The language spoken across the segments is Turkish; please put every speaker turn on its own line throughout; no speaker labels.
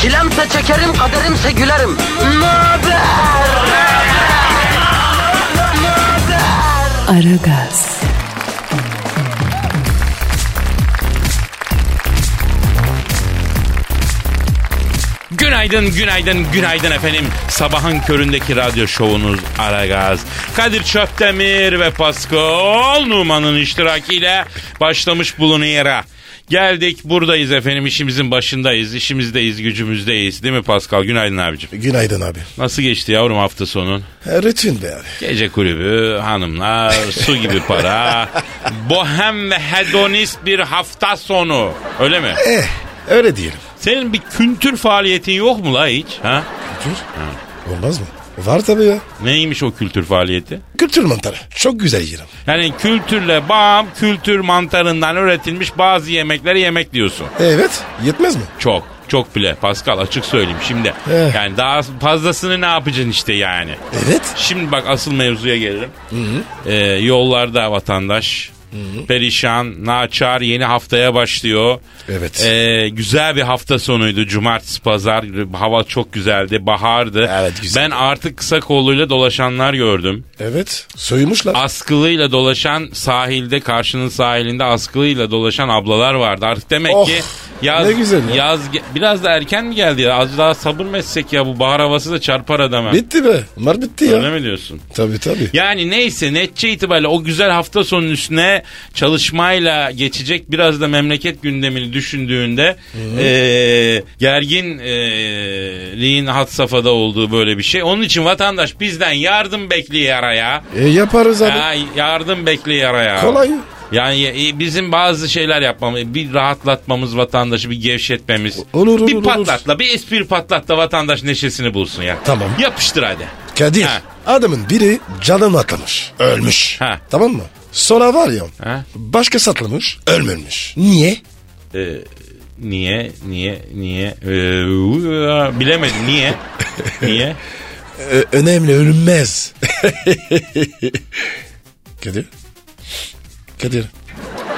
Çilemse çekerim, kaderimse gülerim. Möber!
Aragaz,
Günaydın, günaydın, günaydın efendim. Sabahın köründeki radyo şovunuz Aragaz. Kadir Çöptemir ve Pascal Numan'ın iştirakiyle başlamış bulunuyor. Geldik buradayız efendim işimizin başındayız, işimizdeyiz, gücümüzdeyiz. Değil mi Pascal? Günaydın abicim.
Günaydın abi.
Nasıl geçti yavrum hafta sonun?
E, Rutin be abi.
Gece kulübü, hanımlar, su gibi para, bohem ve hedonist bir hafta sonu. Öyle mi?
Eh öyle diyelim.
Senin bir kültür faaliyetin yok mu la hiç? Ha?
Dur. Olmaz mı? Var tabii ya.
Neymiş o kültür faaliyeti?
Kültür mantarı. Çok güzel yerim.
Yani kültürle bağım kültür mantarından üretilmiş bazı yemekleri yemek diyorsun.
Evet. Yetmez mi?
Çok. Çok bile Pascal açık söyleyeyim şimdi.
Eh.
Yani daha fazlasını ne yapacaksın işte yani.
Evet.
Şimdi bak asıl mevzuya gelelim. Ee, yollarda vatandaş perişan, naçar yeni haftaya başlıyor.
Evet.
Ee, güzel bir hafta sonuydu. Cumartesi, pazar hava çok güzeldi, bahardı.
Evet, güzel.
Ben artık kısa kolluyla dolaşanlar gördüm.
Evet. Soyumuşlar.
Askılıyla dolaşan sahilde, karşının sahilinde askılıyla dolaşan ablalar vardı. Artık demek
Oh,
ki yaz
ne güzel ya.
yaz ge- biraz da erken mi geldi ya? Az daha sabır mı etsek ya bu bahar havası da çarpar adama.
bitti be. Mar bitti
Öyle
ya.
mi diyorsun?
Tabii tabii.
Yani neyse netçe itibariyle o güzel hafta sonunun üstüne çalışmayla geçecek biraz da memleket gündemini düşündüğünde eee gerginliğin hat safhada olduğu böyle bir şey. Onun için vatandaş bizden yardım bekliyor ya.
E, yaparız abi.
Ya yardım bekliyor ya.
Kolay.
Yani e, bizim bazı şeyler yapmamız, bir rahatlatmamız vatandaşı, bir gevşetmemiz.
Olur, olur,
Bir
olur.
patlatla, bir espri patlatla vatandaş neşesini bulsun ya.
Tamam.
Yapıştır hadi.
Kadir.
Ha.
Adamın biri canını atlamış. Ölmüş.
Ha.
Tamam mı? Sonra var ya.
Ha?
Başkası atlamış. Ölmemiş. Niye?
Ee, niye, niye, niye? Ee, uu, bilemedim niye? niye?
Ö- önemli ölünmez. Kadir. Kadir.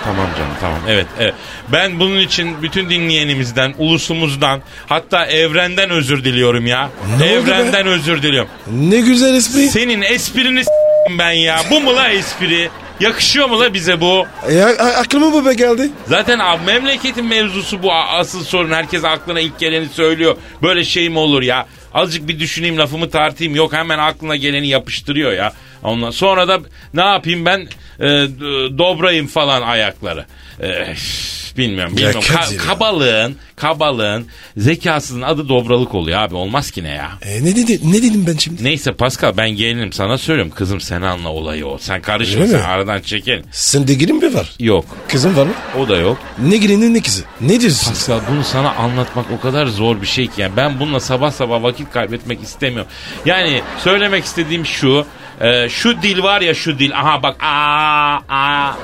Tamam canım tamam. Evet, evet. Ben bunun için bütün dinleyenimizden, ulusumuzdan, hatta evrenden özür diliyorum ya.
Ne oldu
evrenden özür diliyorum.
Ne güzel espri.
Senin esprini s**eyim ben ya. Bu mu la espri? Yakışıyor mu la bize bu?
E, a- a- aklıma bu be geldi.
Zaten abi memleketin mevzusu bu A- asıl sorun. Herkes aklına ilk geleni söylüyor. Böyle şey mi olur ya? Azıcık bir düşüneyim lafımı tartayım. Yok hemen aklına geleni yapıştırıyor ya. Ondan sonra da ne yapayım ben e, d- dobrayım falan ayakları. E, üf, bilmiyorum bilmiyorum.
Ya
Ka-
Kadir ya.
kabalığın, kabalığın, zekasının adı dobralık oluyor abi. Olmaz ki ne ya?
E, ne, dedi, ne dedim ben şimdi?
Neyse Pascal ben gelinim sana söylüyorum. Kızım sen anla olayı o. Sen karışma
Öyle
sen
mi?
aradan çekin.
Sende gelin mi var?
Yok
Kızım var mı?
o da yok.
Ne gelinin ne kızı? Ne diyorsun?
Pascal bunu sana anlatmak o kadar zor bir şey ki. Yani ben bununla sabah sabah vakit kaybetmek istemiyorum. Yani söylemek istediğim şu. e, şu dil var ya şu dil. Aha bak aa aa.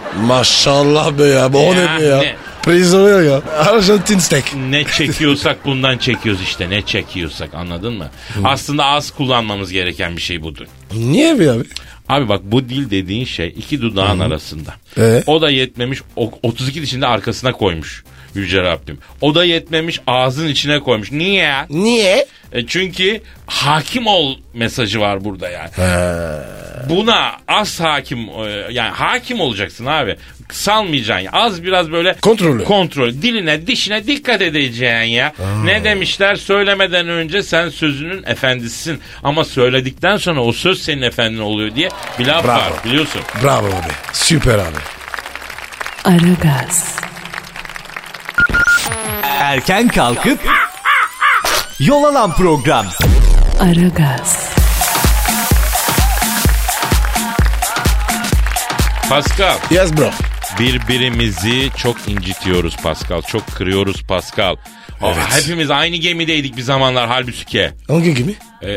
Maşallah be ya. Bu o
Ya,
ne be ya?
ne?
Prizonuyor ya. Arjantin steak.
Ne çekiyorsak bundan çekiyoruz işte. Ne çekiyorsak anladın mı? Aslında az kullanmamız gereken bir şey budur.
Niye be abi?
Abi bak bu dil dediğin şey iki dudağın arasında.
Ee?
O da yetmemiş o- 32 dişini de arkasına koymuş Yüce Rabbim. O da yetmemiş ağzın içine koymuş. Niye?
Niye?
E çünkü hakim ol mesajı var burada yani. Buna az hakim e, yani hakim olacaksın abi. Salmayacaksın. ya. Az biraz böyle
Kontrollü.
Kontrol. Diline, dişine dikkat edeceksin ya. Ne demişler? Söylemeden önce sen sözünün efendisisin ama söyledikten sonra o söz senin efendin oluyor diye bir laf
Bravo.
var biliyorsun.
Bravo abi. Süper abi.
Aragaz,
Erken kalkıp yol alan program.
Aragaz,
Pascal
Yes bro.
birbirimizi çok incitiyoruz Pascal. Çok kırıyoruz Pascal. Aa,
Evet.
Hepimiz aynı gemideydik bir zamanlar halbuki.
Hangi gibi?
E,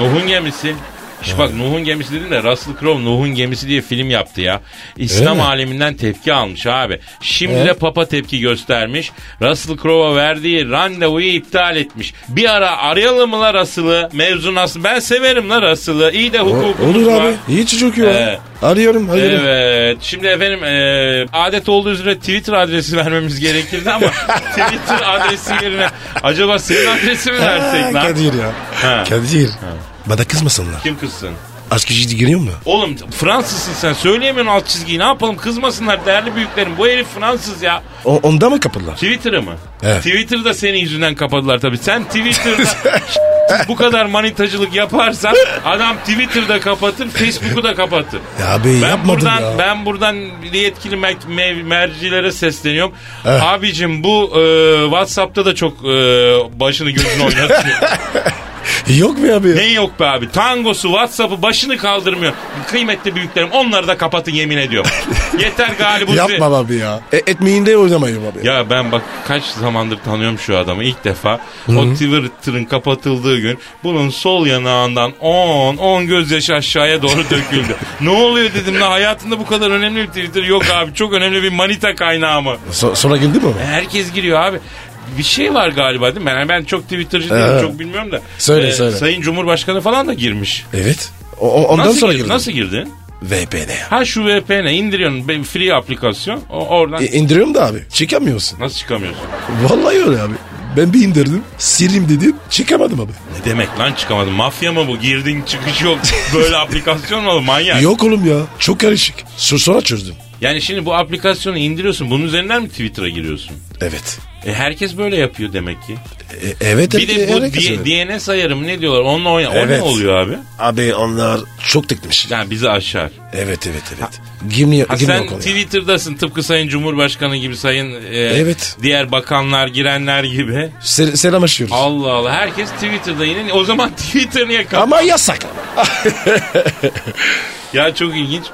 Nuh'un gemisi. İşte bak Nuh'un gemisi dedin de Russell Crowe Nuh'un gemisi diye film yaptı ya. İslam
Öyle mi?
aleminden tepki almış abi. Şimdi
Ee?
de Papa tepki göstermiş. Russell Crowe'a verdiği randevuyu iptal etmiş. Bir ara arayalım mı la Russell'ı? Mevzu nasıl? Ben severim la Russell'ı. İyi de
O-
hukuk.
Olur abi. İyi çocuk ya.
Ee,
Arıyorum arıyorum.
Evet. Şimdi efendim e, adet olduğu üzere Twitter adresi vermemiz gerekirdi ama Twitter adresi yerine acaba senin adresi mi versek
Ha,
lan?
Kadir ya.
Ha.
Kadir. Bana kızmasınlar.
Kim kızsın?
Aşk işi giriyor mu?
Oğlum Fransızsın sen söyleyemiyorsun alt çizgiyi ne yapalım kızmasınlar değerli büyüklerim bu herif Fransız ya.
O, onda mı kapılar?
Twitter'ı mı?
Evet.
Twitter'da senin yüzünden kapadılar tabii. Sen Twitter'da bu kadar manitacılık yaparsan adam Twitter'da kapatır, Facebook'u da kapatır.
Ya abi
Ben
yapmadım
buradan
ya.
ben buradan yetkili mer- me- mercilere sesleniyorum.
Evet.
Abicim bu e, WhatsApp'ta da çok e, başını gözünü oynatıyor.
Yok mu abi?
ne yok be abi? Tangosu, WhatsApp'ı başını kaldırmıyor. Kıymetli büyüklerim onları da kapatın yemin ediyorum. Yeter galiba.
Yapma abi ya. E, etmeyinde oynamayayım abi.
Ya ben bak kaç zamandır tanıyorum şu adamı ilk defa. O Twitter'ın kapatıldığı gün bunun sol yanağından 10 10 gözyaşı aşağıya doğru döküldü. ne oluyor dedim la hayatında bu kadar önemli bir Twitter yok abi. Çok önemli bir manita kaynağı mı? E,
So- sonra girdi mi? o?
Herkes giriyor abi. Bir şey var galiba değil mi? Ben, ben çok Twitter'cı değilim
Evet.
çok bilmiyorum da.
Ee,
E,
Söyle, söyle.
Sayın Cumhurbaşkanı falan da girmiş.
Evet. O- o- ondan
nasıl
sonra
gir-
girdi.
Nasıl girdin?
VPN ya.
Ha şu VPN indiriyorsun be- free aplikasyon o, oradan.
E, indiriyorum da abi. Çıkamıyorsun.
Nasıl çıkamıyorsun?
Vallahi öyle abi. Ben bir indirdim. Sileyim dedim. Çıkamadım abi.
Ne demek lan çıkamadın? Mafya mı bu? Girdin çıkış yok. Böyle aplikasyon mu olur manyak?
Yok oğlum ya. Çok karışık. Su- Sonra çözdüm.
Yani şimdi bu aplikasyonu indiriyorsun. Bunun üzerinden mi Twitter'a giriyorsun?
Evet.
E herkes böyle yapıyor demek ki.
E, evet.
Bir de
evet,
bu
evet,
D-
evet.
DNS ayarı mı ne diyorlar? Onunla oyna. O ne
Evet.
oluyor abi?
Abi onlar çok tekmiş.
Yani bizi aşar.
Evet evet evet. Girmiyor,
Ha
girmiyor
sen
konuya.
Twitter'dasın tıpkı Sayın Cumhurbaşkanı gibi Sayın e,
Evet.
diğer bakanlar girenler gibi.
Sel- selamlaşıyoruz.
Allah Allah herkes Twitter'da yine. O zaman Twitter niye kapalı?
Ama yasak.
Ya çok ilginç.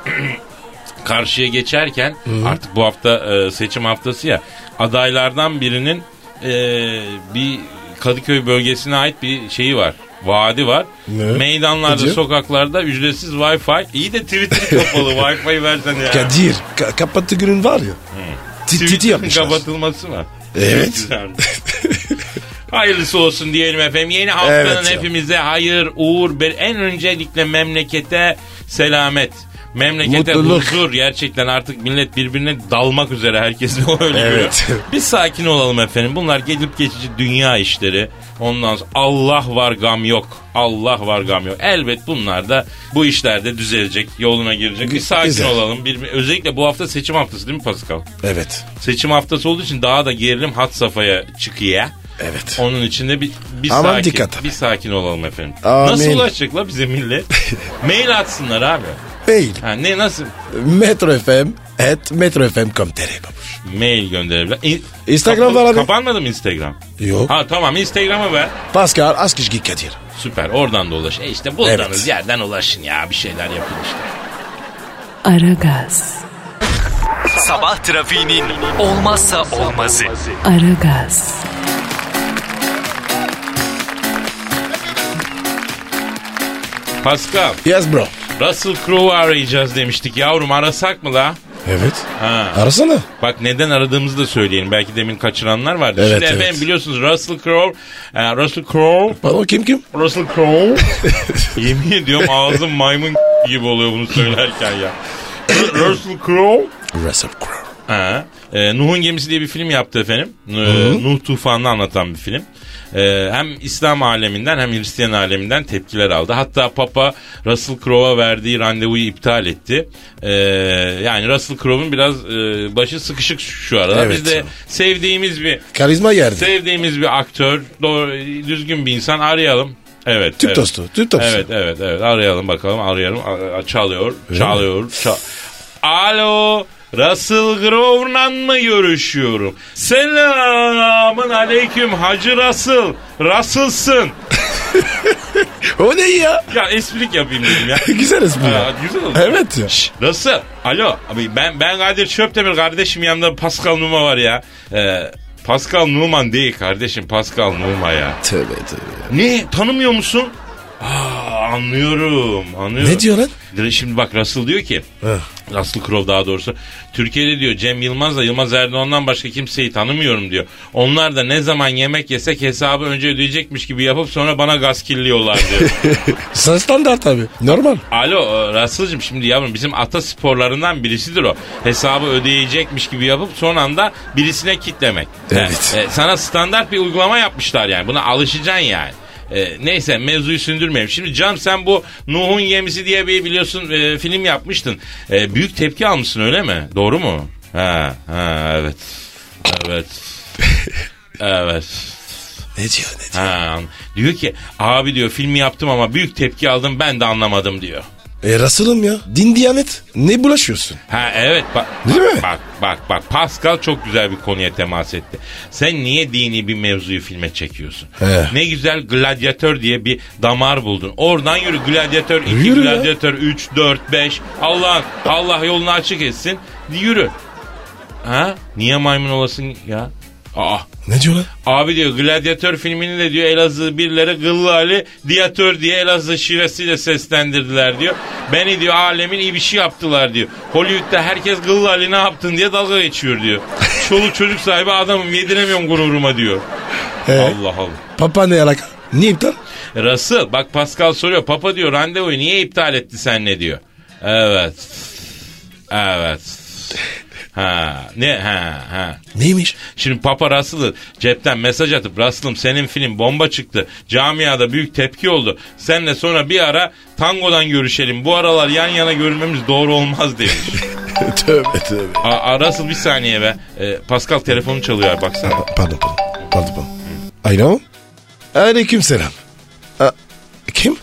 Karşıya geçerken artık bu hafta e, seçim haftası ya adaylardan birinin e, bir Kadıköy bölgesine ait bir şeyi var. Vaadi var.
Ne?
Meydanlarda,
Kadir?
sokaklarda ücretsiz Wi-Fi. İyi de Twitter kapalı. Wi-Fi versen ya.
Kadir ka- kapattı günün var ya. Ti- Titi
Twitter'ın
yapmışlar.
kapatılması mı?
Evet.
Hayırlısı olsun diyelim efendim. Yeni haftanın
Evet ya.
hepimize hayır, uğur, bir en öncelikle memlekete selamet. Memlekete
Mutluluk.
huzur gerçekten artık millet birbirine dalmak üzere herkes o öyle
Evet.
görüyor. Bir sakin olalım efendim. Bunlar gelip geçici dünya işleri. Ondan sonra Allah var gam yok. Allah var gam yok. Elbet bunlar da bu işlerde düzelecek, yoluna girecek. Bir sakin
Güzel.
olalım. Bir, özellikle bu hafta seçim haftası değil mi Pascal?
Evet.
Seçim haftası olduğu için daha da gerilim hat safhaya çıkıyor.
Evet.
Onun için de bir, bir
Aman
sakin,
dikkat.
bir sakin olalım efendim.
Amin.
Nasıl ulaşacak la bize millet? Mail atsınlar abi.
Mail.
Ha, ne nasıl?
Metro FM at metrofm.com.tr babuş.
Mail gönderebilir. İn-
Instagram var abi.
Kapanmadı mı Instagram?
Yok.
Ha tamam Instagram'a ver.
Pascal Askışgi Kadir.
Süper oradan da ulaş. E işte bulduğunuz
Evet.
yerden ulaşın ya bir şeyler yapın işte.
Aragaz,
Sabah trafiğinin olmazsa olmazı.
Aragaz,
Pascal,
Yes bro.
Russell Crowe'u arayacağız demiştik. Yavrum arasak mı la?
Evet.
Ha.
Arasana.
Bak neden aradığımızı da söyleyelim. Belki demin kaçıranlar vardı.
Evet,
Şimdi
evet.
efendim biliyorsunuz Russell Crowe, e, Russell Crowe
Pardon kim kim?
Russell Crowe. Yemin ediyorum ağzım maymun gibi oluyor bunu söylerken ya. Russell Crowe.
Russell Crowe.
Ha. e, Nuh'un Gemisi diye bir film yaptı efendim. E, Nuh tufanını anlatan bir film. E, hem İslam aleminden hem Hristiyan aleminden tepkiler aldı. Hatta Papa Russell Crowe'a verdiği randevuyu iptal etti. E, yani Russell Crowe'un biraz e, başı sıkışık şu arada.
Evet
Biz de
canım.
sevdiğimiz bir
Karizma yerdi.
Şey, sevdiğimiz bir aktör, doğru, düzgün bir insan arayalım. Evet.
Türk
evet.
tostu. Türk tostu.
Evet evet evet arayalım bakalım arayalım A- a- çalıyor çalıyor çal- Alo Russell Grover'la mı görüşüyorum? Selamın aleyküm Hacı Russell. Russell'sın.
O ne ya?
Ya esprik yapayım dedim ya.
Güzel ismi
Ha,
ya.
güzel oldu.
Evet ya.
Russell. Alo. Abi ben ben Kadir Çöptemir kardeşim yanımda Pascal Numa var ya. Ee, Pascal Numan değil kardeşim Pascal Numa ya.
Tövbe tövbe.
Ne tanımıyor musun? Aa, anlıyorum, anlıyorum.
Ne diyor lan?
Dire- Şimdi bak Russell diyor ki,
Heh.
Russell Crowe daha doğrusu, Türkiye'de diyor Cem Yılmaz'la Yılmaz Erdoğan'dan başka kimseyi tanımıyorum diyor. Onlar da ne zaman yemek yesek hesabı önce ödeyecekmiş gibi yapıp sonra bana gaz kirliyorlar diyor.
Sen standart abi. Normal.
Alo e, Russell'cığım şimdi yavrum bizim ata sporlarından birisidir o. Hesabı ödeyecekmiş gibi yapıp son anda birisine kitlemek.
Evet.
E, e, sana standart bir uygulama yapmışlar yani. Buna alışacaksın yani. E, neyse mevzuyu sündürmeyeyim. Şimdi Cam sen bu Nuh'un gemisi diye bir biliyorsun e, film yapmıştın. E, büyük tepki almışsın öyle mi? Doğru mu? Ha, ha evet. Evet. evet.
Ne diyor ne diyor?
Ha, diyor ki abi diyor filmi yaptım ama büyük tepki aldım ben de anlamadım diyor.
E Russell'ım ya. Din diyanet. Ne bulaşıyorsun?
Ha evet bak.
Değil mi?
Bak bak bak Pascal çok güzel bir konuya temas etti. Sen niye dini bir mevzuyu filme çekiyorsun?
He.
Ne güzel gladyatör diye bir damar buldun. Oradan yürü gladyatör 2,
Yürü ya.
gladyatör 3, 4, 5. Allah Allah yolunu açık etsin. Yürü. Ha? Niye maymun olasın ya? Aa.
Ne diyor lan?
Abi diyor gladyatör filmini de diyor Elazığ birileri Gıllı Ali diyatör diye Elazığ şivesiyle seslendirdiler diyor. Beni diyor alemin iyi bir şey yaptılar diyor. Hollywood'da herkes Gıllı Ali ne yaptın diye dalga geçiyor diyor. Çoluk çocuk sahibi adamım yediremiyorum gururuma diyor. Allah Allah.
Papa ne alaka? Niye iptal?
Russell bak Pascal soruyor papa diyor randevuyu niye iptal etti sen ne diyor. Evet. Evet. Ha ne ha ha.
Neymiş?
Şimdi Papa Russell'ı cepten mesaj atıp Russell'ım senin film bomba çıktı. Camiada büyük tepki oldu. Senle sonra bir ara tangodan görüşelim. Bu aralar yan yana görülmemiz doğru olmaz demiş.
tövbe tövbe.
Aa, aa, Russell bir saniye be. Ee, Pascal telefonu çalıyor abi, baksana.
Pardon pardon. Pardon pardon. Alo. Aleyküm selam. A- kim?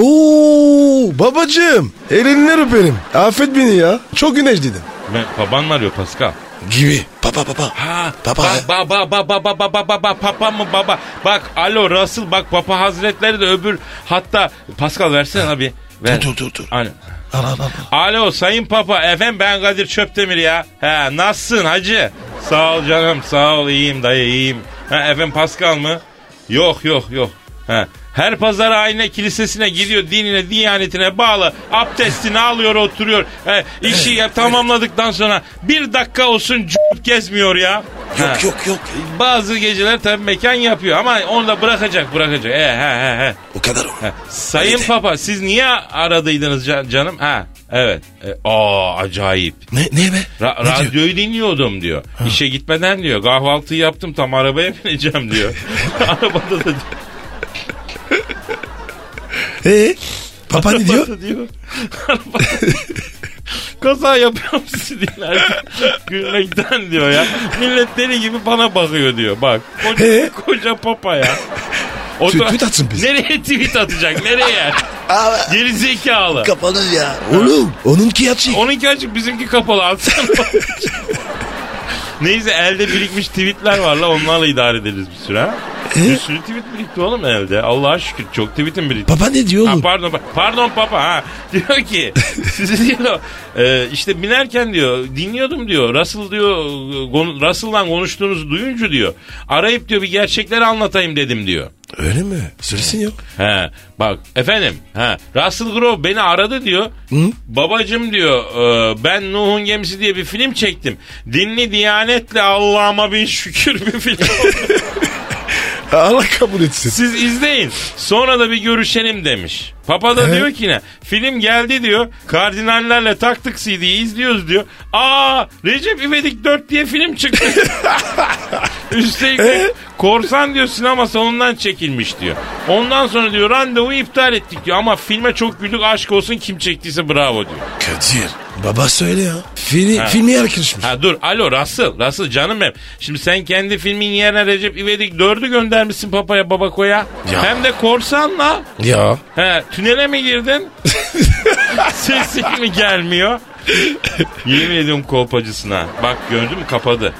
Oo babacığım. Elinden öperim. Affet beni ya. Çok güneş dedim.
Ben, baban mı arıyor Pascal?
Gibi. Papa papa.
Ha,
Papa.
Baba baba baba baba baba papa mı baba? Bak alo Russell bak papa hazretleri de öbür hatta Pascal versene abi. Ver.
Dur dur dur.
Alo.
Al al al.
Alo Sayın Papa efendim ben Kadir Çöptemir ya. He nasılsın hacı? Sağ ol canım sağ ol iyiyim dayı iyiyim. He efendim Pascal mı? Yok yok yok. He. Her pazar ayine kilisesine gidiyor dinine diyanetine bağlı abdestini alıyor oturuyor. He, işi ya, tamamladıktan sonra bir dakika olsun c- gezmiyor ya. He.
yok yok.
Bazı geceler tabii mekan yapıyor ama onu da bırakacak bırakacak. He, he, he, he.
O kadar o.
Ha, Sayın Papa siz niye aradıydınız ca- canım? Ha evet. E, aa acayip.
Ne, ne be?
Ra-
ne diyor?
radyoyu dinliyordum diyor. İşe gitmeden diyor. Kahvaltıyı yaptım tam arabaya bineceğim diyor. Arabada da
Ee, papa ne diyor?
diyor. diyor. Arabada- Kaza yapıyorum sizi dinlerken. Gülmekten diyor ya. Millet deli gibi bana bakıyor diyor. Bak. Koca,
He?
koca papa ya. O
Tweet-
da-
tweet atsın biz.
Nereye tweet atacak? Nereye? Geri zekalı.
Kapalı ya. Oğlum onunki açık.
Onunki açık bizimki kapalı atsana. Neyse elde birikmiş tweetler var la onlarla idare ederiz bir süre. ha. Bir sürü tweet birikti oğlum elde. Allah'a şükür çok tweetim birikti.
Papa ne diyor
Ha,
oğlum?
pardon pa- pardon papa ha diyor ki sizi diyor e, işte binerken diyor dinliyordum diyor Russell diyor e, konu- Russell'dan konuştuğunuzu duyunca diyor arayıp diyor bir gerçekleri anlatayım dedim diyor.
Öyle mi? Söylesin yok.
He bak efendim he Russell Crowe beni aradı diyor. Babacım diyor e, ben Nuh'un gemisi diye bir film çektim. Dinli diyanetle Allah'ıma bin şükür bir film.
Allah kabul etsin.
Siz izleyin. Sonra da bir görüşelim demiş. Papa da diyor ki ne? Film geldi diyor. Kardinallerle taktık CD'yi izliyoruz diyor. Aa Recep İvedik 4 diye film çıktı. Üstelik de korsan diyor sinema salonundan çekilmiş diyor. Ondan sonra diyor randevu iptal ettik diyor. Ama filme çok güldük aşk olsun kim çektiyse bravo diyor.
Kadir. Baba söyle ya. Fili, filmi yakışmış.
Ha dur alo Russell. Russell canım benim. Şimdi sen kendi filmin yerine Recep İvedik 4'ü göndermişsin papaya babakoya.
Ya.
Hem de korsanla.
Ya.
He, tünele mi girdin? Sesin mi gelmiyor? Yemin ediyorum kolpacısına. Bak gördün mü kapadı.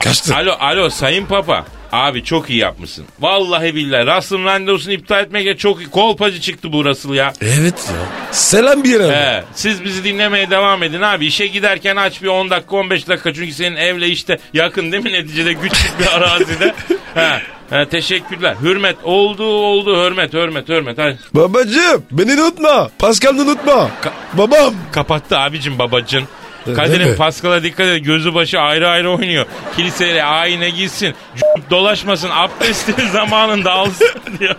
Kaçtı.
Alo alo sayın papa. Abi çok iyi yapmışsın. Vallahi billahi Russell'ın randevusunu iptal etmeye çok iyi. Kolpacı çıktı bu Russell ya.
Evet ya. Selam bir yere.
He, siz bizi dinlemeye devam edin abi. İşe giderken aç bir 10 dakika 15 dakika. Çünkü senin evle işte yakın değil mi neticede güçlü bir arazide. He. Ha, teşekkürler. Hürmet oldu oldu hürmet hürmet hürmet. Hadi.
Babacım beni de unutma. Pascal'ı unutma.
Ka-
Babam.
Kapattı abicim babacın.
E, değil
Kadir'in
mi?
Paskal'a dikkat et. Gözü başı ayrı ayrı oynuyor. Kiliseye ayine gitsin. c- Dolaşmasın. Abdesti zamanında alsın diyor.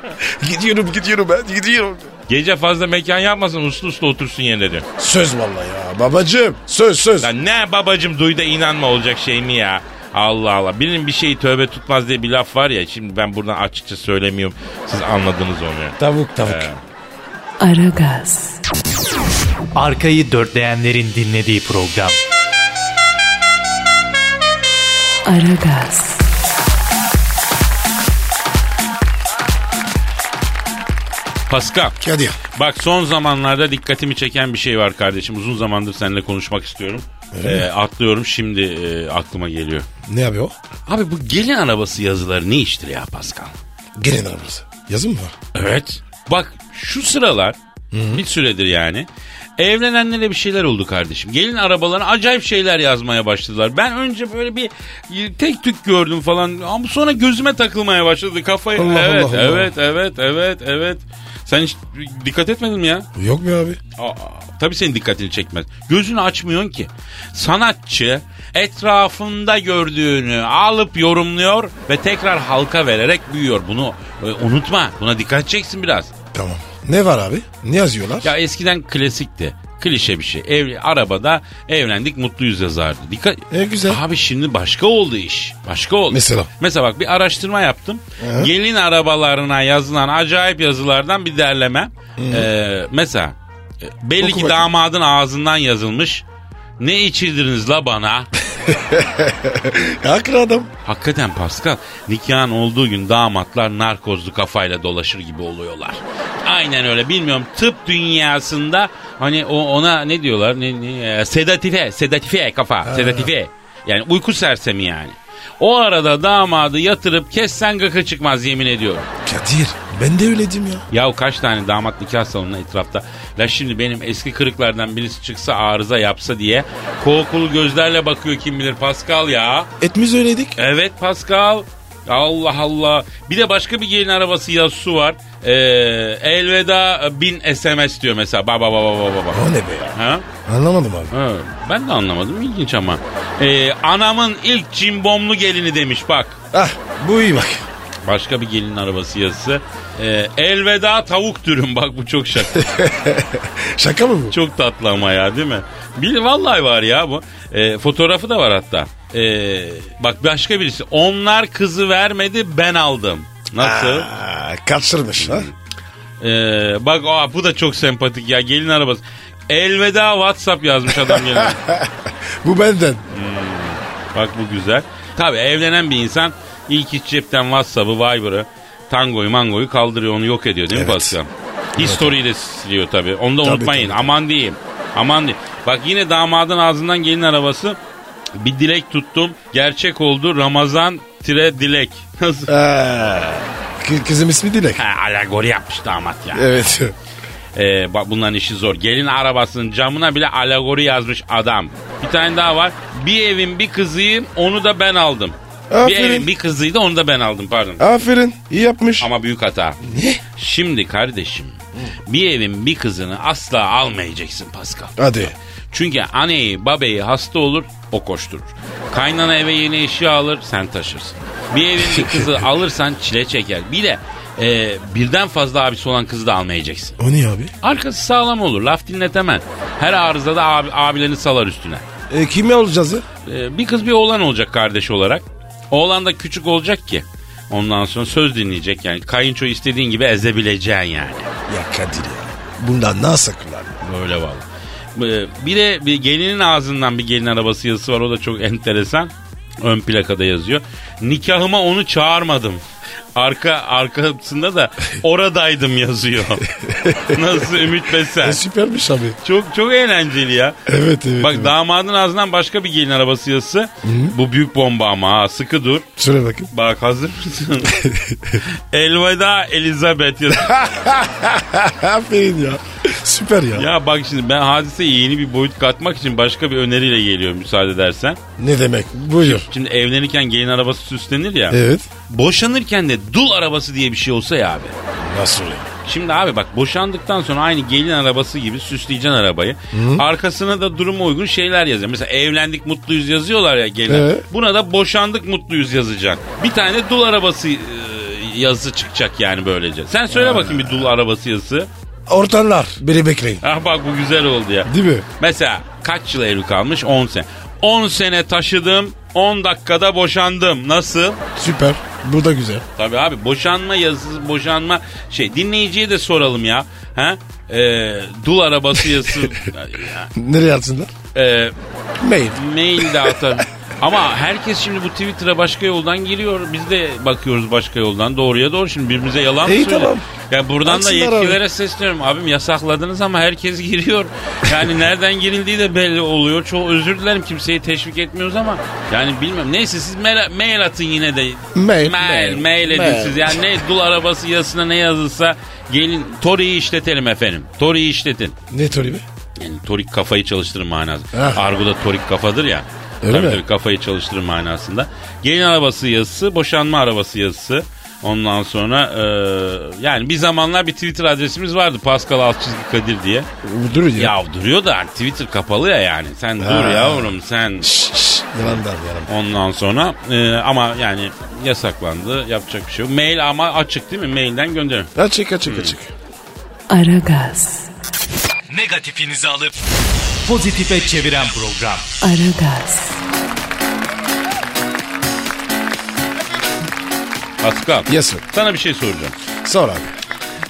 Gidiyorum gidiyorum ben gidiyorum.
Gece fazla mekan yapmasın. Uslu uslu otursun yerine diyor.
Söz vallahi ya babacım. Söz söz.
Lan ne babacım duy da inanma olacak şey mi ya? Allah Allah. Birinin bir şeyi tövbe tutmaz diye bir laf var ya. Şimdi ben buradan açıkça söylemiyorum. Siz anladınız onu. ya.
Tavuk tavuk.
Aragaz,
Arkayı dörtleyenlerin dinlediği program.
Aragaz,
Pascal.
Kadir.
Bak son zamanlarda dikkatimi çeken bir şey var kardeşim. Uzun zamandır seninle konuşmak istiyorum. Ee, atlıyorum şimdi e, aklıma geliyor.
Ne abi o?
Abi bu gelin arabası yazıları ne iştir ya Pascal?
Gelin arabası. Yazın mı var?
Evet. Bak şu sıralar bir süredir yani evlenenlere bir şeyler oldu kardeşim. Gelin arabalarına acayip şeyler yazmaya başladılar. Ben önce böyle bir e, tek tük gördüm falan ama sonra gözüme takılmaya başladı kafayı.
Allah
evet,
Allah Allah.
evet, evet, evet, evet. Sen hiç dikkat etmedin mi ya?
Yok mu abi?
Aa, tabii senin dikkatini çekmez. Gözünü açmıyorsun ki. Sanatçı etrafında gördüğünü alıp yorumluyor ve tekrar halka vererek büyüyor. Bunu e, unutma. Buna dikkat edeceksin biraz.
Tamam. Ne var abi? Ne yazıyorlar?
Ya eskiden klasikti. Klişe bir şey. Evli, arabada evlendik mutluyuz yazardı. Dikkat.
E, güzel.
Abi şimdi başka oldu iş. Başka oldu.
Mesela?
Mesela bak bir araştırma yaptım. Gelin arabalarına yazılan acayip yazılardan bir derleme. Ee, mesela e, belli
Oku
ki
bakayım.
damadın ağzından yazılmış. Ne içirdiniz la bana?
Haklı adam.
Hakikaten Pascal nikahın olduğu gün damatlar narkozlu kafayla dolaşır gibi oluyorlar. Aynen öyle bilmiyorum tıp dünyasında hani o ona ne diyorlar ne, ne- e, sedatife sedatife kafa sedatife yani uyku sersemi yani. O arada damadı yatırıp kessen gıkı çıkmaz yemin ediyorum.
Kadir ben de öyledim ya.
Yahu kaç tane damat nikah salonuna etrafta. La şimdi benim eski kırıklardan birisi çıksa arıza yapsa diye kokulu gözlerle bakıyor kim bilir Pascal ya.
Etmiz öyleydik.
Evet Pascal. Allah Allah. Bir de başka bir gelin arabası yazısı var. Ee, elveda bin SMS diyor mesela. Baba baba baba
O
baba.
ne be ya?
Ha?
Anlamadım abi.
Ha, ben de anlamadım ilginç ama. Ee, anamın ilk cimbomlu gelini demiş bak.
Ah bu iyi bak.
Başka bir gelin arabası yazısı. Ee, elveda tavuk dürüm bak bu çok şaka.
Şaka mı bu?
çok tatlı ama ya değil mi? Bil vallahi var ya bu. Ee, fotoğrafı da var hatta. Ee, bak başka birisi. Onlar kızı vermedi ben aldım. Nasıl?
Aa, kaçırmış ha.
Ee, bak aa, bu da çok sempatik ya gelin arabası. Elveda WhatsApp yazmış adam gelin.
bu benden.
bak bu güzel. Tabii evlenen bir insan ilk iç cepten WhatsApp'ı, Viber'ı, Tango'yu, Mango'yu kaldırıyor onu yok ediyor değil mi
Evet.
Pascal? History'yi de siliyor tabii. Onu da
Tabii,
unutmayın.
tabii, tabii.
Aman diyeyim. Aman diyeyim. Bak yine damadın ağzından gelin arabası. Bir dilek tuttum. Gerçek oldu. Ramazan tire dilek. Nasıl?
Aa, kı- kızım ismi Dilek.
Ha, alegori yapmış damat ya.
Evet.
Ee, bak bunların işi zor. Gelin arabasının camına bile alegori yazmış adam. Bir tane daha var. Bir evin bir kızıyım onu da ben aldım. Bir
Aferin.
evin bir kızıydı onu da ben aldım pardon.
Aferin iyi yapmış.
Ama büyük hata.
Ne?
Şimdi kardeşim bir evin bir kızını asla almayacaksın Pascal.
Hadi.
Çünkü anneyi babayı hasta olur o koşturur. Kaynana eve yeni eşya alır sen taşırsın. Bir evin bir kızı alırsan çile çeker. Bir de e, birden fazla abisi olan kızı da almayacaksın.
O ne abi?
Arkası sağlam olur. Laf dinletemez. Her arızada abi, abilerini salar üstüne.
E, kimi alacağız? ya?
Ee, bir kız bir oğlan olacak kardeş olarak. Oğlan da küçük olacak ki. Ondan sonra söz dinleyecek yani. Kayınço istediğin gibi ezebileceksin yani.
Ya Kadir ya. Bundan nasıl kullan?
Böyle vallahi. Ee, Bir de bir gelinin ağzından bir gelin arabası yazısı var. O da çok enteresan. Ön plakada yazıyor. Nikahıma onu çağırmadım. Arka arkasında da oradaydım yazıyor. Nasıl Ümit Besen?
E, süpermiş abi.
Çok çok eğlenceli ya.
Evet evet.
Bak
evet.
damadın ağzından başka bir gelin arabası yazısı. Bu büyük bomba ama ha sıkı dur.
Söyle bakayım.
Bak hazır mısın? Elveda Elizabeth yazısı.
Aferin ya. Süper ya.
Ya bak şimdi ben hadiseye yeni bir boyut katmak için başka bir öneriyle geliyorum müsaade edersen.
Ne demek? Buyur.
Şimdi evlenirken gelin arabası süslenir ya.
Evet.
Boşanırken de dul arabası diye bir şey olsa ya abi.
Nasıl ya?
Şimdi abi bak boşandıktan sonra aynı gelin arabası gibi süsleyeceksin arabayı. Arkasına da duruma uygun şeyler yazıyor. Mesela evlendik mutluyuz yazıyorlar ya gelin.
Evet.
Buna da boşandık mutluyuz yazacaksın. Bir tane dul arabası e, yazısı çıkacak yani böylece. Sen söyle bakayım bir dul arabası yazısı.
Ortanlar. Beni bekleyin.
Ah bak bu güzel oldu ya.
Değil mi?
Mesela kaç yıl evli kalmış? 10 sene. 10 sene taşıdım, 10 dakikada boşandım. Nasıl?
Süper. Bu da güzel.
Tabii abi boşanma yazısı, boşanma şey dinleyiciye de soralım ya. Ha? Ee, dul arabası yazısı
Nereye atsınlar?
Ee,
Mail.
mail de atar. Ama herkes şimdi bu Twitter'a başka yoldan giriyor. Biz de bakıyoruz başka yoldan. Doğruya doğru şimdi birbirimize yalan mı
İyi,
söylüyor?
tamam.
Ya buradan da
Atsınlar
yetkililere sesleniyorum. Abim yasakladınız ama herkes giriyor. Yani nereden girildiği de belli oluyor. Çok özür dilerim kimseyi teşvik etmiyoruz ama yani bilmem. Neyse siz mera- mail atın yine de.
Mail,
Mail,
mail,
mail edin
mail.
siz. Yani ne dul arabası yazısına ne yazılsa gelin Tori'yi işletelim efendim. Tori'yi işletin.
Ne tori be?
Yani torik kafayı çalıştırır manasında.
Heh.
Argo'da torik kafadır ya.
Eh. Öyle
tabii
mi?
tabii kafayı çalıştırır manasında. Gelin arabası yazısı, boşanma arabası yazısı. Ondan sonra e, yani bir zamanlar bir Twitter adresimiz vardı. Pascal alt çizgi Kadir diye.
Dur ya.
Ya duruyor da hani Twitter kapalı ya yani. Sen dur yavrum sen.
Şş, şş, Yalan der yalan.
Ondan sonra e, ama yani yasaklandı. Yapacak bir şey yok. Mail ama açık değil mi? Mailden gönderin.
Açık açık açık.
Aragaz,
Negatifinizi alıp pozitife çeviren program.
Aragaz,
Pascal.
Yes sir.
Sana bir şey soracağım.
Sor abi.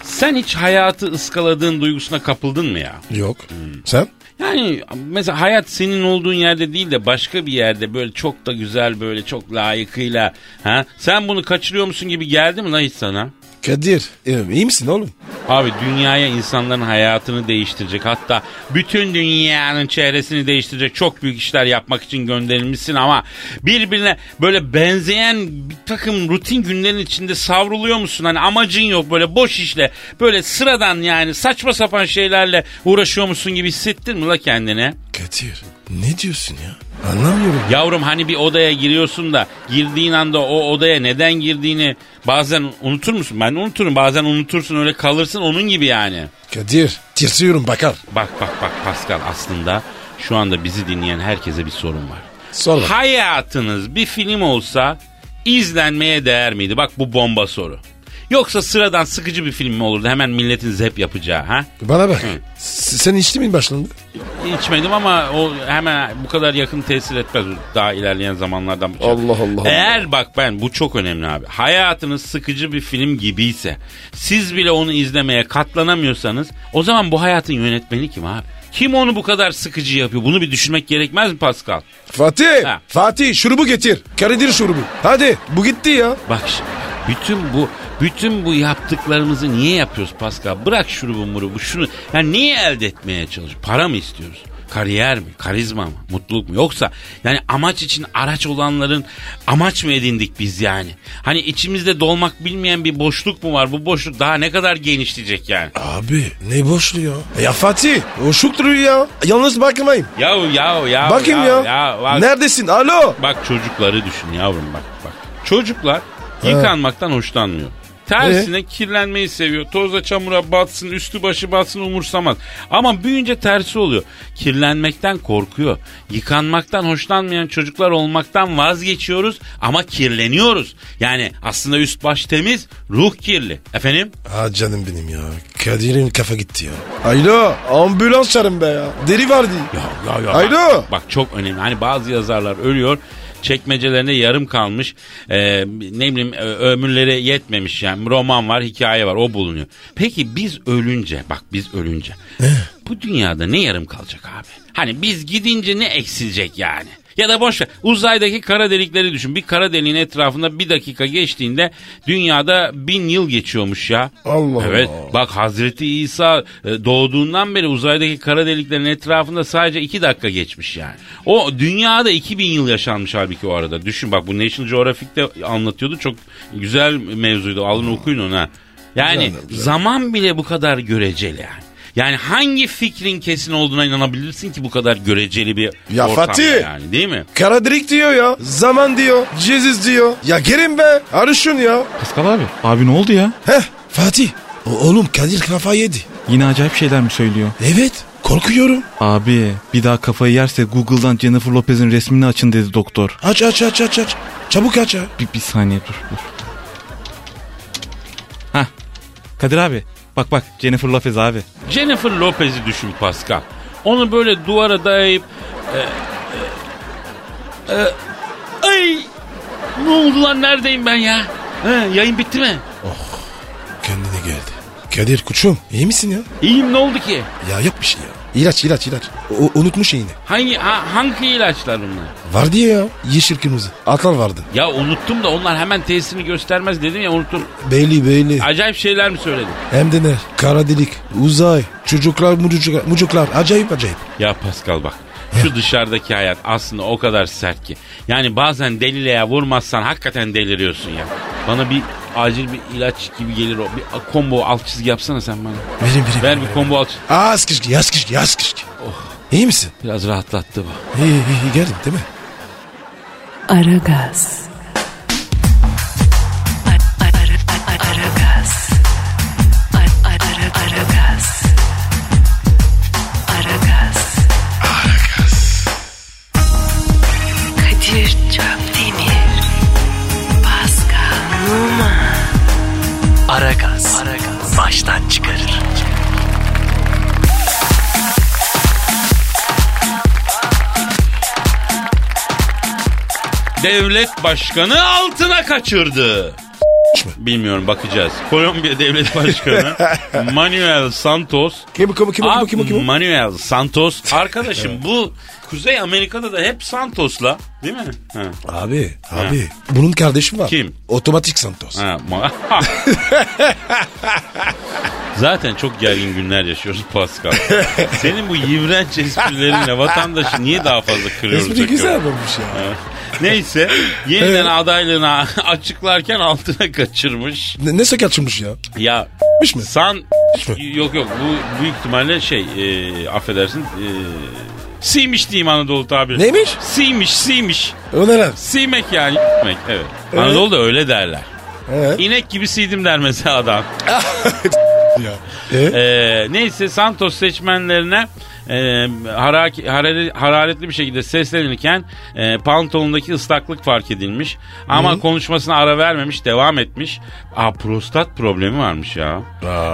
Sen hiç hayatı ıskaladığın duygusuna kapıldın mı ya?
Yok. Hmm. Sen?
Yani mesela hayat senin olduğun yerde değil de başka bir yerde böyle çok da güzel böyle çok layıkıyla ha sen bunu kaçırıyor musun gibi geldi mi lan hiç sana?
Kadir. e, iyi misin oğlum?
Abi dünyaya insanların hayatını değiştirecek hatta bütün dünyanın çehresini değiştirecek çok büyük işler yapmak için gönderilmişsin ama birbirine böyle benzeyen bir takım rutin günlerin içinde savruluyor musun? Hani amacın yok böyle boş işle böyle sıradan yani saçma sapan şeylerle uğraşıyor musun gibi hissettin mi la kendine?
Kadir. Ne diyorsun ya? Anlamıyorum.
Yavrum hani bir odaya giriyorsun da girdiğin anda o odaya neden girdiğini bazen unutur musun? Ben unuturum bazen unutursun öyle kalırsın onun gibi yani.
Kadir. Tirsiyorum bakar.
Bak bak bak Pascal aslında şu anda bizi dinleyen herkese bir sorun var.
Sor bak.
Hayatınız bir film olsa izlenmeye değer miydi? Bak bu bomba soru. Yoksa sıradan sıkıcı bir film mi olurdu hemen milletin zep yapacağı ha?
Bana bak. S- Sen içti mi başlandı?
İçmedim ama o hemen bu kadar yakın tesir etmez. Daha ilerleyen zamanlardan bu
Allah Allah Allah.
Eğer bak ben bu çok önemli abi. Hayatınız sıkıcı bir film gibiyse siz bile onu izlemeye katlanamıyorsanız o zaman bu hayatın yönetmeni kim abi? Kim onu bu kadar sıkıcı yapıyor? Bunu bir düşünmek gerekmez mi Pascal?
Fatih.
Ha.
Fatih şurubu getir. Kadir şurubu. Hadi. Bu gitti ya.
Bak şimdi bütün bu bütün bu yaptıklarımızı niye yapıyoruz Pascal? Bırak şurubu murubu şunu. Yani neyi elde etmeye çalış? Para mı istiyoruz? Kariyer mi? Karizma mı? Mutluluk mu? Yoksa yani amaç için araç olanların amaç mı edindik biz yani? Hani içimizde dolmak bilmeyen bir boşluk mu var? Bu boşluk daha ne kadar genişleyecek yani?
Abi ne boşluğu ya. Ya Fatih. O şuktur ya. Yalnız bakmayayım.
Yahu yahu yahu.
Bakayım ya.
yahu, yahu, bak-
Neredesin? Alo.
Bak çocukları düşün yavrum bak bak. Çocuklar yıkanmaktan hoşlanmıyor. Tersine kirlenmeyi seviyor. Toza çamura batsın, üstü başı batsın umursamaz. Ama büyüyünce tersi oluyor. Kirlenmekten korkuyor. Yıkanmaktan hoşlanmayan çocuklar olmaktan vazgeçiyoruz ama kirleniyoruz. Yani aslında üst baş temiz, ruh kirli. Efendim?
Ha canım benim ya. Kadir'in kafa gitti ya. Alo. Ambulans çağırın be ya. Deri vardı.
Ya ya ya.
Haydi.
Bak, bak çok önemli. Hani bazı yazarlar ölüyor. Çekmecelerinde yarım kalmış. Ee, ne bileyim ö- ömürlere yetmemiş yani. Roman var, hikaye var. O bulunuyor. Peki biz ölünce, bak biz ölünce. bu dünyada ne yarım kalacak abi? Hani biz gidince ne eksilecek yani? Ya da boş ver. Uzaydaki kara delikleri düşün. Bir kara deliğin etrafında bir dakika geçtiğinde dünyada bin yıl geçiyormuş ya.
Allah
Evet.
Allah.
Bak Hazreti İsa e, doğduğundan beri uzaydaki kara deliklerin etrafında sadece 2 dakika geçmiş yani. O dünyada 2000 yıl yaşanmış halbuki o arada. Düşün bak bu National Geographic'te anlatıyordu. Çok güzel mevzuydu. Alın okuyun ona. Yani zaman bile bu kadar göreceli yani. Yani hangi fikrin kesin olduğuna inanabilirsin ki bu kadar göreceli bir
Ya
ortamda
Fatih!
yani değil mi?
Kara direkt diyor ya. Zaman diyor. Jesus diyor. Ya gelin be. Arışın ya.
Pascal abi. Abi ne oldu ya?
Heh Fatih. O- oğlum Kadir kafa yedi.
Yine acayip şeyler mi söylüyor?
Evet korkuyorum.
Abi bir daha kafayı yerse Google'dan Jennifer Lopez'in resmini açın dedi doktor.
Aç aç aç aç aç. Çabuk aç ya.
Bir, bir saniye dur dur. Hah. Kadir abi. Bak bak Jennifer Lopez abi.
Jennifer Lopez'i düşün Pascal. Onu böyle duvara dayayıp... e, e, e, ay! Ne oldu lan neredeyim ben ya? He, yayın bitti mi?
Kendine geldi. Kadir kuçum iyi misin ya?
İyiyim ne oldu ki?
Ya yok bir şey ya. İlaç ilaç ilaç. O, unutmuş iğne.
Hangi ha- hangi ilaçlar bunlar?
Var diye ya. Yeşil kırmızı. Atlar vardı.
Ya unuttum da onlar hemen tesirini göstermez dedim ya unuttum.
Belli belli.
Acayip şeyler mi söyledim?
Hem de ne? Kara delik. Uzay. Çocuklar mucuklar. Mucuklar. Acayip acayip.
Ya Pascal bak şu dışarıdaki hayat aslında o kadar sert ki. Yani bazen delileye vurmazsan hakikaten deliriyorsun ya. Bana bir acil bir ilaç gibi gelir o. Bir combo alt çizgi yapsana sen bana.
Verin verin.
Ver bir Oh. combo alt çizgi.
Az kışkı yaz kışkı yaz kışkı. İyi misin?
Biraz rahatlattı bu.
İyi iyi, iyi geldin değil mi?
Aragaz. Aragaz. Aragaz. Aragaz. Kadir Çöptemir. Pascal Numa.
Aragaz. Baştan çıkarır.
Devlet başkanı altına kaçırdı. Bilmiyorum bakacağız. Kolombiya Devlet Başkanı Manuel Santos
Kim bu kim bu kim bu kim bu, kim bu, kim bu?
Manuel Santos. Arkadaşım bu Kuzey Amerika'da da hep Santos'la değil mi? Ha.
Abi abi. Bunun kardeşi var.
Kim?
Otomatik Santos.
Ha, ma- Zaten çok gergin günler yaşıyoruz Pascal. Senin bu iğrenç esprilerinle vatandaşı niye daha fazla kırıyoruz?
Espri güzel
acaba?
olmuş ya.
Neyse yeniden adaylığını açıklarken altına kaçırmış.
Ne, ne sokaçmış ya?
Ya
Miş mi?
san
mı?
yok yok bu büyük ihtimalle şey e, affedersin e, siymiş diyeyim Anadolu tabiri.
Neymiş?
Siymiş siymiş.
O ne lan?
Siymek yani y**mek, evet. Anadolu'da öyle derler.
Evet.
İnek gibi siydim der mesela adam.
Ya. E?
Ee, neyse Santos seçmenlerine e, haraki- harare- hararetli bir şekilde seslenirken e, pantolondaki ıslaklık fark edilmiş. Ama konuşmasına ara vermemiş, devam etmiş. Aa prostat problemi varmış ya.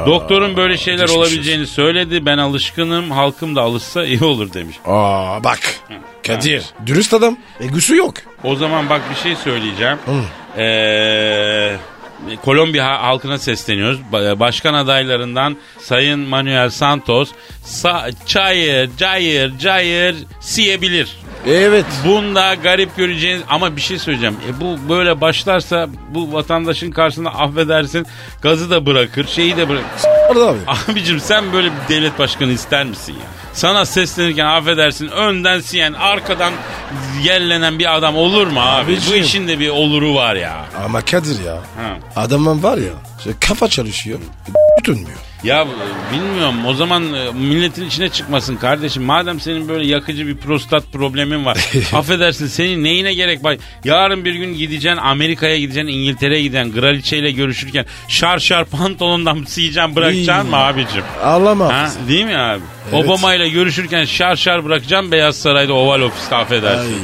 Doktorun böyle şeyler
geçmiş
olabileceğini söyledi. Ben alışkınım, halkım da alışsa iyi olur demiş.
Aa bak. Kadir. Dürüst adam. Egosu yok.
O zaman bak bir şey söyleyeceğim. Ee, Kolombiya ha- halkına sesleniyoruz. Ba- e, Başkan adaylarından Sayın Manuel Santos sa- çayır, cayır, cayır siyebilir.
E, Evet.
Bunda garip göreceğiniz ama bir şey söyleyeceğim. E bu böyle başlarsa bu vatandaşın karşısında affedersin gazı da bırakır, şeyi de bırakır.
Orada abi.
Abicim sen böyle bir devlet başkanı ister misin ya? Sana seslenirken affedersin önden siyen arkadan yellenen bir adam olur mu abi? Bu
Abicim.
işin de bir oluru var ya.
Ama Kadir ya.
Ha.
Adamın var ya. şey, Kafa çalışıyor. Dönmüyor.
Ya e, bilmiyorum o zaman e, milletin içine çıkmasın kardeşim. Madem senin böyle yakıcı bir prostat problemin var. affedersin senin neyine gerek var? Yarın bir gün gideceksin Amerika'ya gideceksin İngiltere'ye gideceksin. Kraliçe ile görüşürken şar şar pantolondan siyeceksin bırakacaksın mı abicim?
Ağlama.
Ha,
hafız.
değil mi abi?
Evet.
Obama ile görüşürken şar şar bırakacağım Beyaz Saray'da oval ofiste affedersin.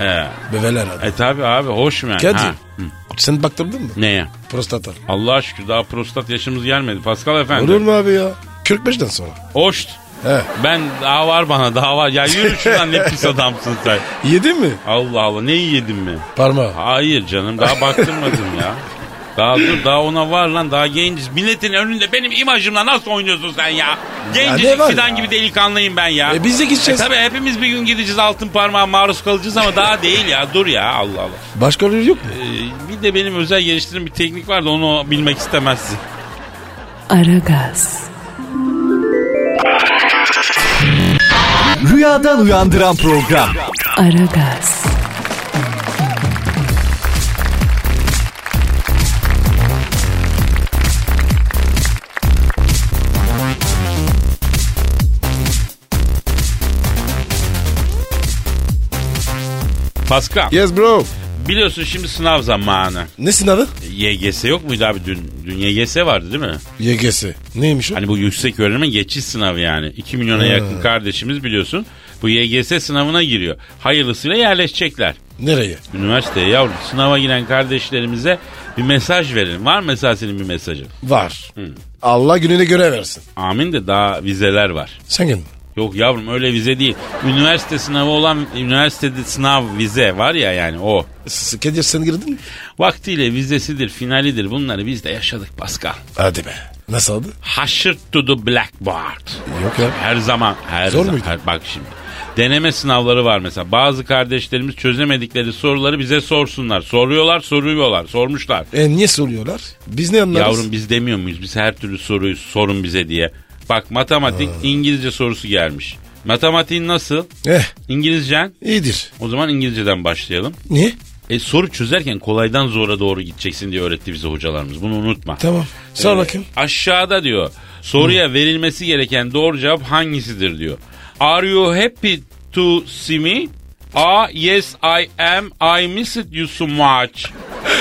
Ee,
Beveler adam.
e tabi abi hoş mu yani?
Kadir.
Ha.
Sen baktırdın mı?
Neye?
Prostata.
Allah'a şükür daha prostat yaşımız gelmedi. Pascal efendi.
Olur mu abi ya? 45'den sonra.
Hoş.
He.
Ben daha var bana daha var. Ya yürü şuradan ne pis adamsın sen.
Yedin mi?
Allah Allah neyi yedin mi?
Parmağı.
Hayır canım daha baktırmadım ya. Daha dur daha ona var lan daha genciz. Milletin önünde benim imajımla nasıl oynuyorsun sen ya?
Ya ne
Gencecik
var
fidan
ya?
gibi delikanlıyım ben ya.
E biz de
E
gideceğiz.
tabii hepimiz bir gün gideceğiz altın parmağa maruz kalacağız ama daha değil ya dur ya Allah Allah.
Başka yolu yok mu?
Ee, bir de benim özel geliştirdiğim bir teknik var da onu bilmek istemezsin.
Aragaz.
Rüyadan uyandıran program.
Aragaz.
Pascal
Yes bro.
biliyorsun şimdi sınav zamanı.
Ne sınavı?
YGS yok muydu abi dün? Dün YGS vardı değil mi?
YGS. Neymiş o?
Hani bu yüksek öğrenimin geçiş sınavı yani. 2 milyona yakın kardeşimiz biliyorsun bu YGS sınavına giriyor. Hayırlısıyla yerleşecekler.
Nereye?
Üniversiteye yavrum sınava giren kardeşlerimize bir mesaj verin. Var mı mesela senin bir mesajın?
Var. Allah gününe göre versin.
Amin de daha vizeler var.
Sen gel.
Yok yavrum öyle vize değil. Üniversite sınavı olan üniversitede sınav vize var ya yani o.
S- Kadir sen girdin mi?
Vaktiyle vizesidir, finalidir bunları biz de yaşadık Pascal.
Hadi be. Nasıl oldu?
Haşır to the blackboard.
Yok ya.
Her zaman. Her
Zor
zaman.
muydu?
Her- bak şimdi. Deneme sınavları var mesela. Bazı kardeşlerimiz çözemedikleri soruları bize sorsunlar. Soruyorlar, soruyorlar, sormuşlar.
E niye soruyorlar? Biz ne anlarız?
Yavrum biz demiyor muyuz? Biz her türlü soruyu sorun bize diye. Bak matematik İngilizce sorusu gelmiş. Matematiğin nasıl?
Eh
İngilizcen?
iyidir.
O zaman İngilizceden başlayalım.
Niye?
E soru çözerken kolaydan zora doğru gideceksin diye öğretti bize hocalarımız. Bunu unutma.
Tamam. Sor
Ee,
bakayım.
Aşağıda diyor. Soruya verilmesi gereken doğru cevap hangisidir diyor. Are you happy to see me? A. Yes I am. I miss it you so much.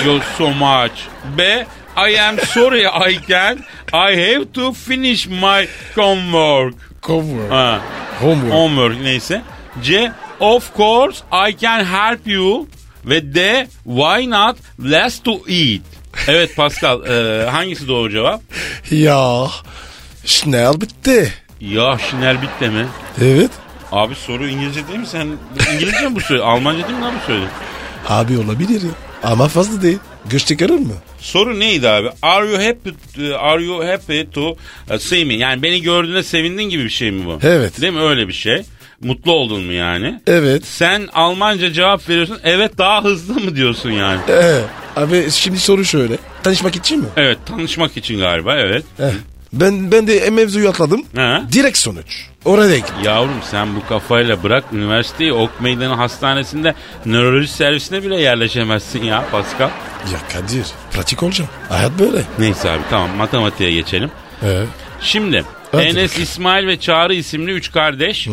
You so much. B. I am sorry I can. I have to finish my homework.
Homework.
Ha.
Homework.
Homework neyse. C. Of course I can help you. Ve D. Why not? Let's to eat. Evet Pascal e, hangisi doğru cevap?
Ya. Schnell bitti.
Ya şinel bitle mi?
Evet.
Abi soru İngilizce değil mi sen? İngilizce mi bu söyle? Almanca değil mi lan bu söyle?
Abi olabilir ya. Ama fazla değil. Göç çıkarır mı?
Soru neydi abi? Are you happy to, are you happy to uh, see me? Yani beni gördüğüne sevindin gibi bir şey mi bu?
Evet.
Değil mi öyle bir şey? Mutlu oldun mu yani?
Evet.
Sen Almanca cevap veriyorsun. Evet daha hızlı mı diyorsun yani?
Ee, abi şimdi soru şöyle. Tanışmak için mi?
Evet tanışmak için galiba evet.
Eh, Ben ben de e mevzuyu atladım.
Ha?
Direkt sonuç. Oraya git.
Yavrum sen bu kafayla bırak üniversiteyi ok meydanı hastanesinde nöroloji servisine bile yerleşemezsin ya Pascal.
Ya Kadir pratik olacağım. Hayat böyle.
Neyse abi tamam matematiğe geçelim.
Ee,
Şimdi
Hadi
Enes,
bakalım.
İsmail ve Çağrı isimli üç kardeş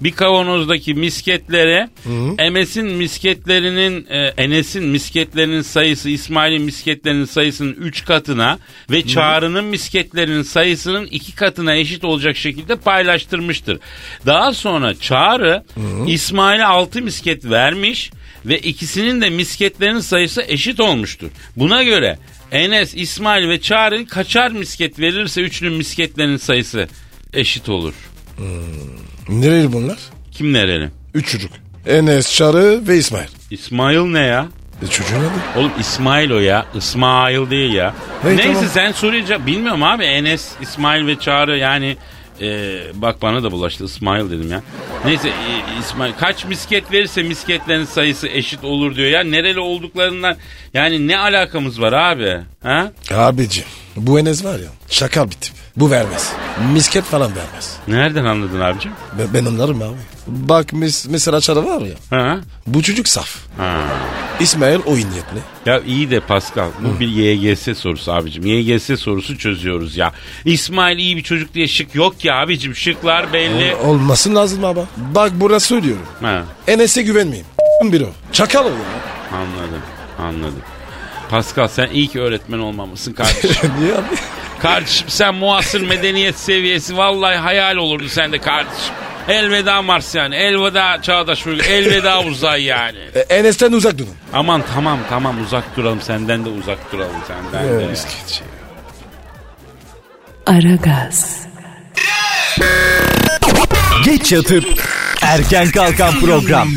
bir kavanozdaki misketlere Enes'in misketlerinin e, Enes'in misketlerinin sayısı İsmail'in misketlerinin sayısının 3 katına ve Çağrı'nın misketlerinin sayısının 2 katına eşit olacak şekilde paylaştırmıştır. Daha sonra Çağrı İsmail'e 6 misket vermiş ve ikisinin de misketlerinin sayısı eşit olmuştur. Buna göre Enes, İsmail ve Çağrı kaçar misket verirse üçünün misketlerinin sayısı eşit olur.
nereli bunlar?
Kim nereli?
Üç çocuk. Enes, Çarı ve İsmail.
İsmail ne ya?
E, çocuğun adı?
Oğlum İsmail o ya. İsmail değil ya.
Hey,
Neyse
tamam.
sen sorunca bilmiyorum abi Enes, İsmail ve Çağrı yani e, bak bana da bulaştı İsmail dedim ya. Neyse e, İsmail kaç misket verirse misketlerin sayısı eşit olur diyor ya. Nereli olduklarından yani ne alakamız var abi? Ha?
Abicim bu Enes var ya şakal bir tip. Bu vermez. Misket falan vermez.
Nereden anladın abicim?
Ben, ben anlarım abi. Bak mis, mesela Çarı var ya.
Ha?
Bu çocuk saf.
Ha.
İsmail oyun niyetli.
Ya iyi de Pascal bu bir YGS sorusu abicim. YGS sorusu çözüyoruz ya. İsmail iyi bir çocuk diye şık yok ya abicim. Şıklar belli.
Ol- olmasın lazım ama. Bak burası söylüyorum.
Ha,
Enes'e güvenmeyin. Bir o. Çakal o ya.
anladım anladım. Pascal sen iyi ki öğretmen olmamışsın kardeşim.
Niye abi?
kardeşim sen muasır medeniyet seviyesi vallahi hayal olurdu sende kardeşim. Elveda Mars yani. Elveda Çağdaş Uygur. Elveda uzay yani.
E, Enes'ten uzak durun.
Aman tamam tamam uzak duralım senden de uzak duralım senden de.
Misket.
Aragaz,
Geç yatıp erken kalkan program.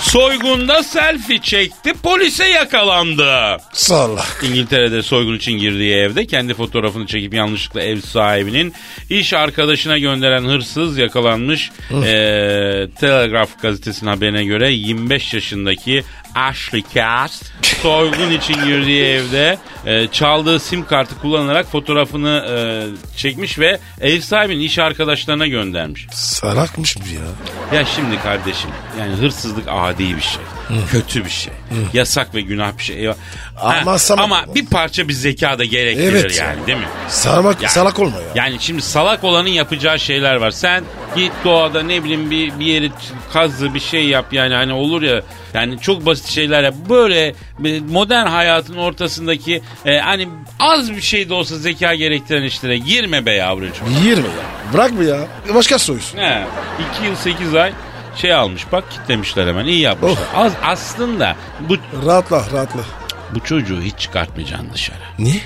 Soygunda selfie çekti polise yakalandı.
Salla.
İngiltere'de soygun için girdiği evde kendi fotoğrafını çekip yanlışlıkla ev sahibinin iş arkadaşına gönderen hırsız yakalanmış. Ee, Telegraph gazetesinin haberine göre 25 yaşındaki Ashley Cass soygun için girdiği evde e, çaldığı sim kartı kullanarak fotoğrafını e, çekmiş ve ev sahibinin iş arkadaşlarına göndermiş.
Salakmış bu ya.
Ya şimdi kardeşim yani hırsızlık adi bir şey. kötü bir şey. Yasak ve günah bir şey. Eyvah. Ha,
Ama sana-
ama bir parça bir zeka da gerektirir
Evet.
yani değil mi?
Sarmak,
Yani-
salak olma ya.
Yani şimdi salak olanın yapacağı şeyler var. Sen git doğada ne bileyim bir, bir yeri kazdı bir şey yap yani hani olur ya. Yani çok basit şeyler yap. Böyle bir modern hayatın ortasındaki e, hani az bir şey de olsa zeka gerektiren işlere girme be yavrucuğum.
Yirmi ya. Bırak mı ya? Başka soyuz.
He, 2 yıl 8 ay şey almış bak kitlemişler hemen iyi yapmışlar. Az aslında bu
Rahatla rahatla.
bu çocuğu hiç çıkartmayacaksın dışarı.
Niye?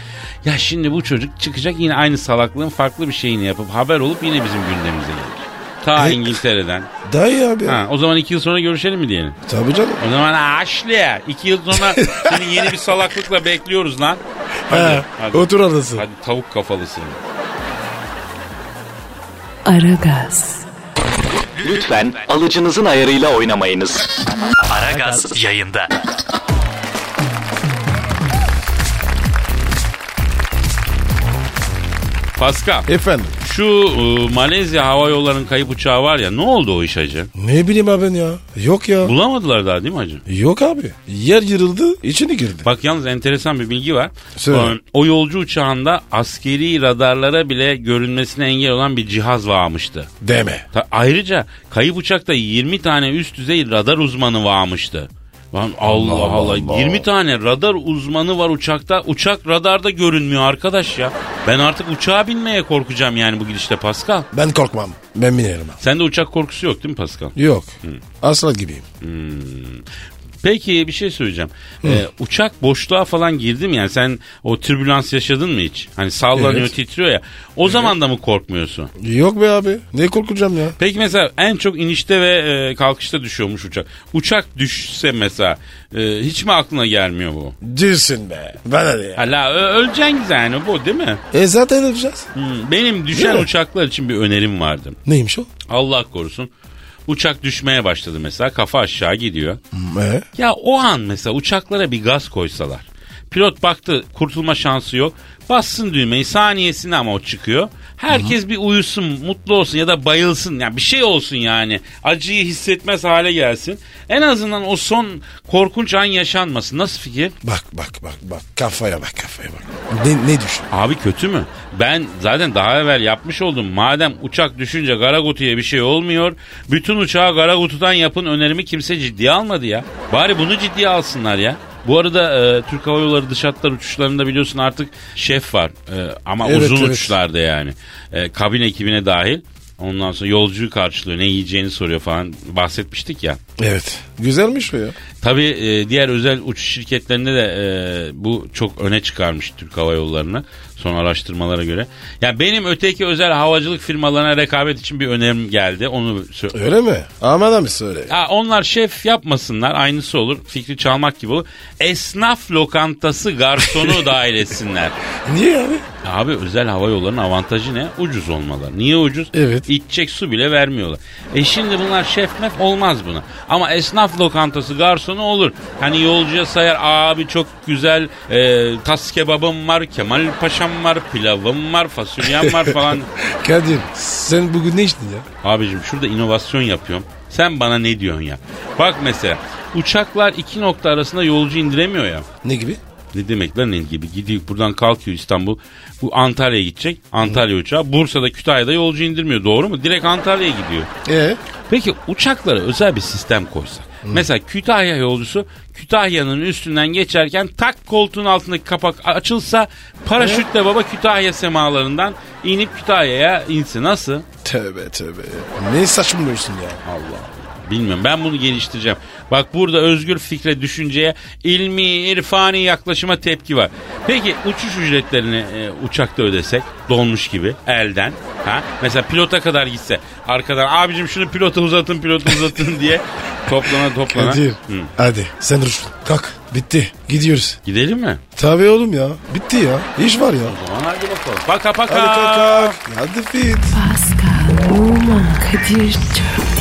Ya şimdi bu çocuk çıkacak yine aynı salaklığın farklı bir şeyini yapıp haber olup yine bizim gündemimize gelir. Ta
E-
İngiltere'den.
Dayı abi.
Ha, o zaman iki yıl sonra görüşelim mi diyelim?
Tabii canım.
O zaman Ashley iki yıl sonra seni yeni bir salaklıkla bekliyoruz lan. Hadi,
Ha, Otur adası.
Hadi tavuk kafalısın.
Aragaz,
Lütfen alıcınızın ayarıyla oynamayınız. Aragaz yayında.
Pascal
Efendim.
şu e, Malezya hava yollarının kayıp uçağı var ya ne oldu o iş hacı?
Ne bileyim abi ben ya. Yok ya.
Bulamadılar daha değil mi hacı?
Yok abi. Yer yırıldı içine girdi.
Bak yalnız enteresan bir bilgi var. Ee,
Söyle.
O, o yolcu uçağında askeri radarlara bile görünmesine engel olan bir cihaz varmıştı.
Deme.
Ta- ayrıca kayıp uçakta 20 tane üst düzey radar uzmanı varmıştı. Lan Allah Allah, 20 tane radar uzmanı var uçakta. Uçak radarda görünmüyor arkadaş ya. Ben artık uçağa binmeye korkacağım yani bu gidişte Pascal.
Ben korkmam. Ben binerim abi.
Sende uçak korkusu yok değil mi Pascal?
Yok. Asla gibiyim.
Peki bir şey söyleyeceğim. Ee, uçak boşluğa falan girdi mi? Yani sen o türbülans yaşadın mı hiç? Hani sallanıyor
Evet.
titriyor ya. O zaman da mı korkmuyorsun?
Yok be abi. Ne korkacağım ya?
Peki mesela en çok inişte ve e, kalkışta düşüyormuş uçak. Uçak düşse mesela e, hiç mi aklına gelmiyor bu?
Dilsin be. Bana ne ya?
Hala ö- öleceksin yani bu değil mi?
E zaten öleceğiz.
Hmm, Benim düşen
Değil mi?
uçaklar için bir önerim vardı.
Neymiş o?
Allah korusun. Uçak düşmeye başladı mesela kafa aşağı gidiyor.
E?
Ya o an mesela uçaklara bir gaz koysalar. Pilot baktı kurtulma şansı yok. Bassın düğmeyi saniyesinde ama o çıkıyor. Herkes bir uyusun, mutlu olsun ya da bayılsın. Yani bir şey olsun yani. Acıyı hissetmez hale gelsin. En azından o son korkunç an yaşanmasın. Nasıl fikir?
Bak bak bak bak. Kafaya bak kafaya bak. Ne, ne düşün?
Abi kötü mü? Ben zaten daha evvel yapmış oldum. Madem uçak düşünce Garagutu'ya bir şey olmuyor. Bütün uçağı Garagutu'dan yapın önerimi kimse ciddiye almadı ya. Bari bunu ciddiye alsınlar ya. Bu arada e, Türk Hava Yolları dış hatlar uçuşlarında biliyorsun artık şef var. E, ama
Evet,
uzun
evet.
uçlarda yani. E, kabin ekibine dahil. Ondan sonra yolcuyu karşılıyor. Ne yiyeceğini soruyor falan. Bahsetmiştik ya.
Evet. Güzelmiş o ya.
Tabii e, diğer özel uçuş şirketlerinde de e, bu çok öne çıkarmış Türk Hava Yolları'nı son araştırmalara göre. Yani benim öteki özel havacılık firmalarına rekabet için bir önerim geldi. Onu sö-
Öyle mi? Aman abi söyle.
Ha, onlar şef yapmasınlar aynısı olur. Fikri çalmak gibi olur. Esnaf lokantası garsonu dahil etsinler.
Niye abi?
E Abi özel hava yollarının avantajı ne? Ucuz olmaları. Niye ucuz?
Evet.
İçecek su bile vermiyorlar. E şimdi bunlar şef mef olmaz buna. Ama esnaf lokantası garsonu olur. Hani yolcuya sayar abi çok güzel e, tas kebabım var, Kemal Paşam var, pilavım var, fasulyem var falan.
Kadir sen bugün ne içtin ya?
Abicim şurada inovasyon yapıyorum. Sen bana ne diyorsun ya? Bak mesela uçaklar iki nokta arasında yolcu indiremiyor ya.
Ne gibi?
Ne demek lan ne gibi? Gidiyor buradan kalkıyor İstanbul. Bu Antalya'ya gidecek. Antalya uçağı. Bursa'da Kütahya'da yolcu indirmiyor. Doğru mu? Direkt Antalya'ya gidiyor.
E
Peki uçaklara özel bir sistem koysak. Mesela Kütahya yolcusu Kütahya'nın üstünden geçerken tak koltuğun altındaki kapak açılsa paraşütle baba Kütahya semalarından inip Kütahya'ya insin. Nasıl?
tövbe tövbe. Ne saçmalıyorsun ya?
Bilmiyorum ben bunu geliştireceğim. Bak burada özgür fikre, düşünceye, ilmi, irfani yaklaşıma tepki var. Peki uçuş ücretlerini e, uçakta ödesek donmuş gibi elden. ha Mesela pilota kadar gitse arkadan abicim şunu pilota uzatın pilota uzatın diye toplana toplana.
Kadir.
Hı.
Hadi sen dur. Kalk. Bitti. Gidiyoruz.
Gidelim mi?
Tabii oğlum ya. Bitti ya. İş var ya.
Aman hadi bakalım. Paka paka.
Hadi kalk kalk. Hadi fit.
Pascal, Oman, Kadir çok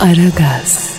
Aragaz.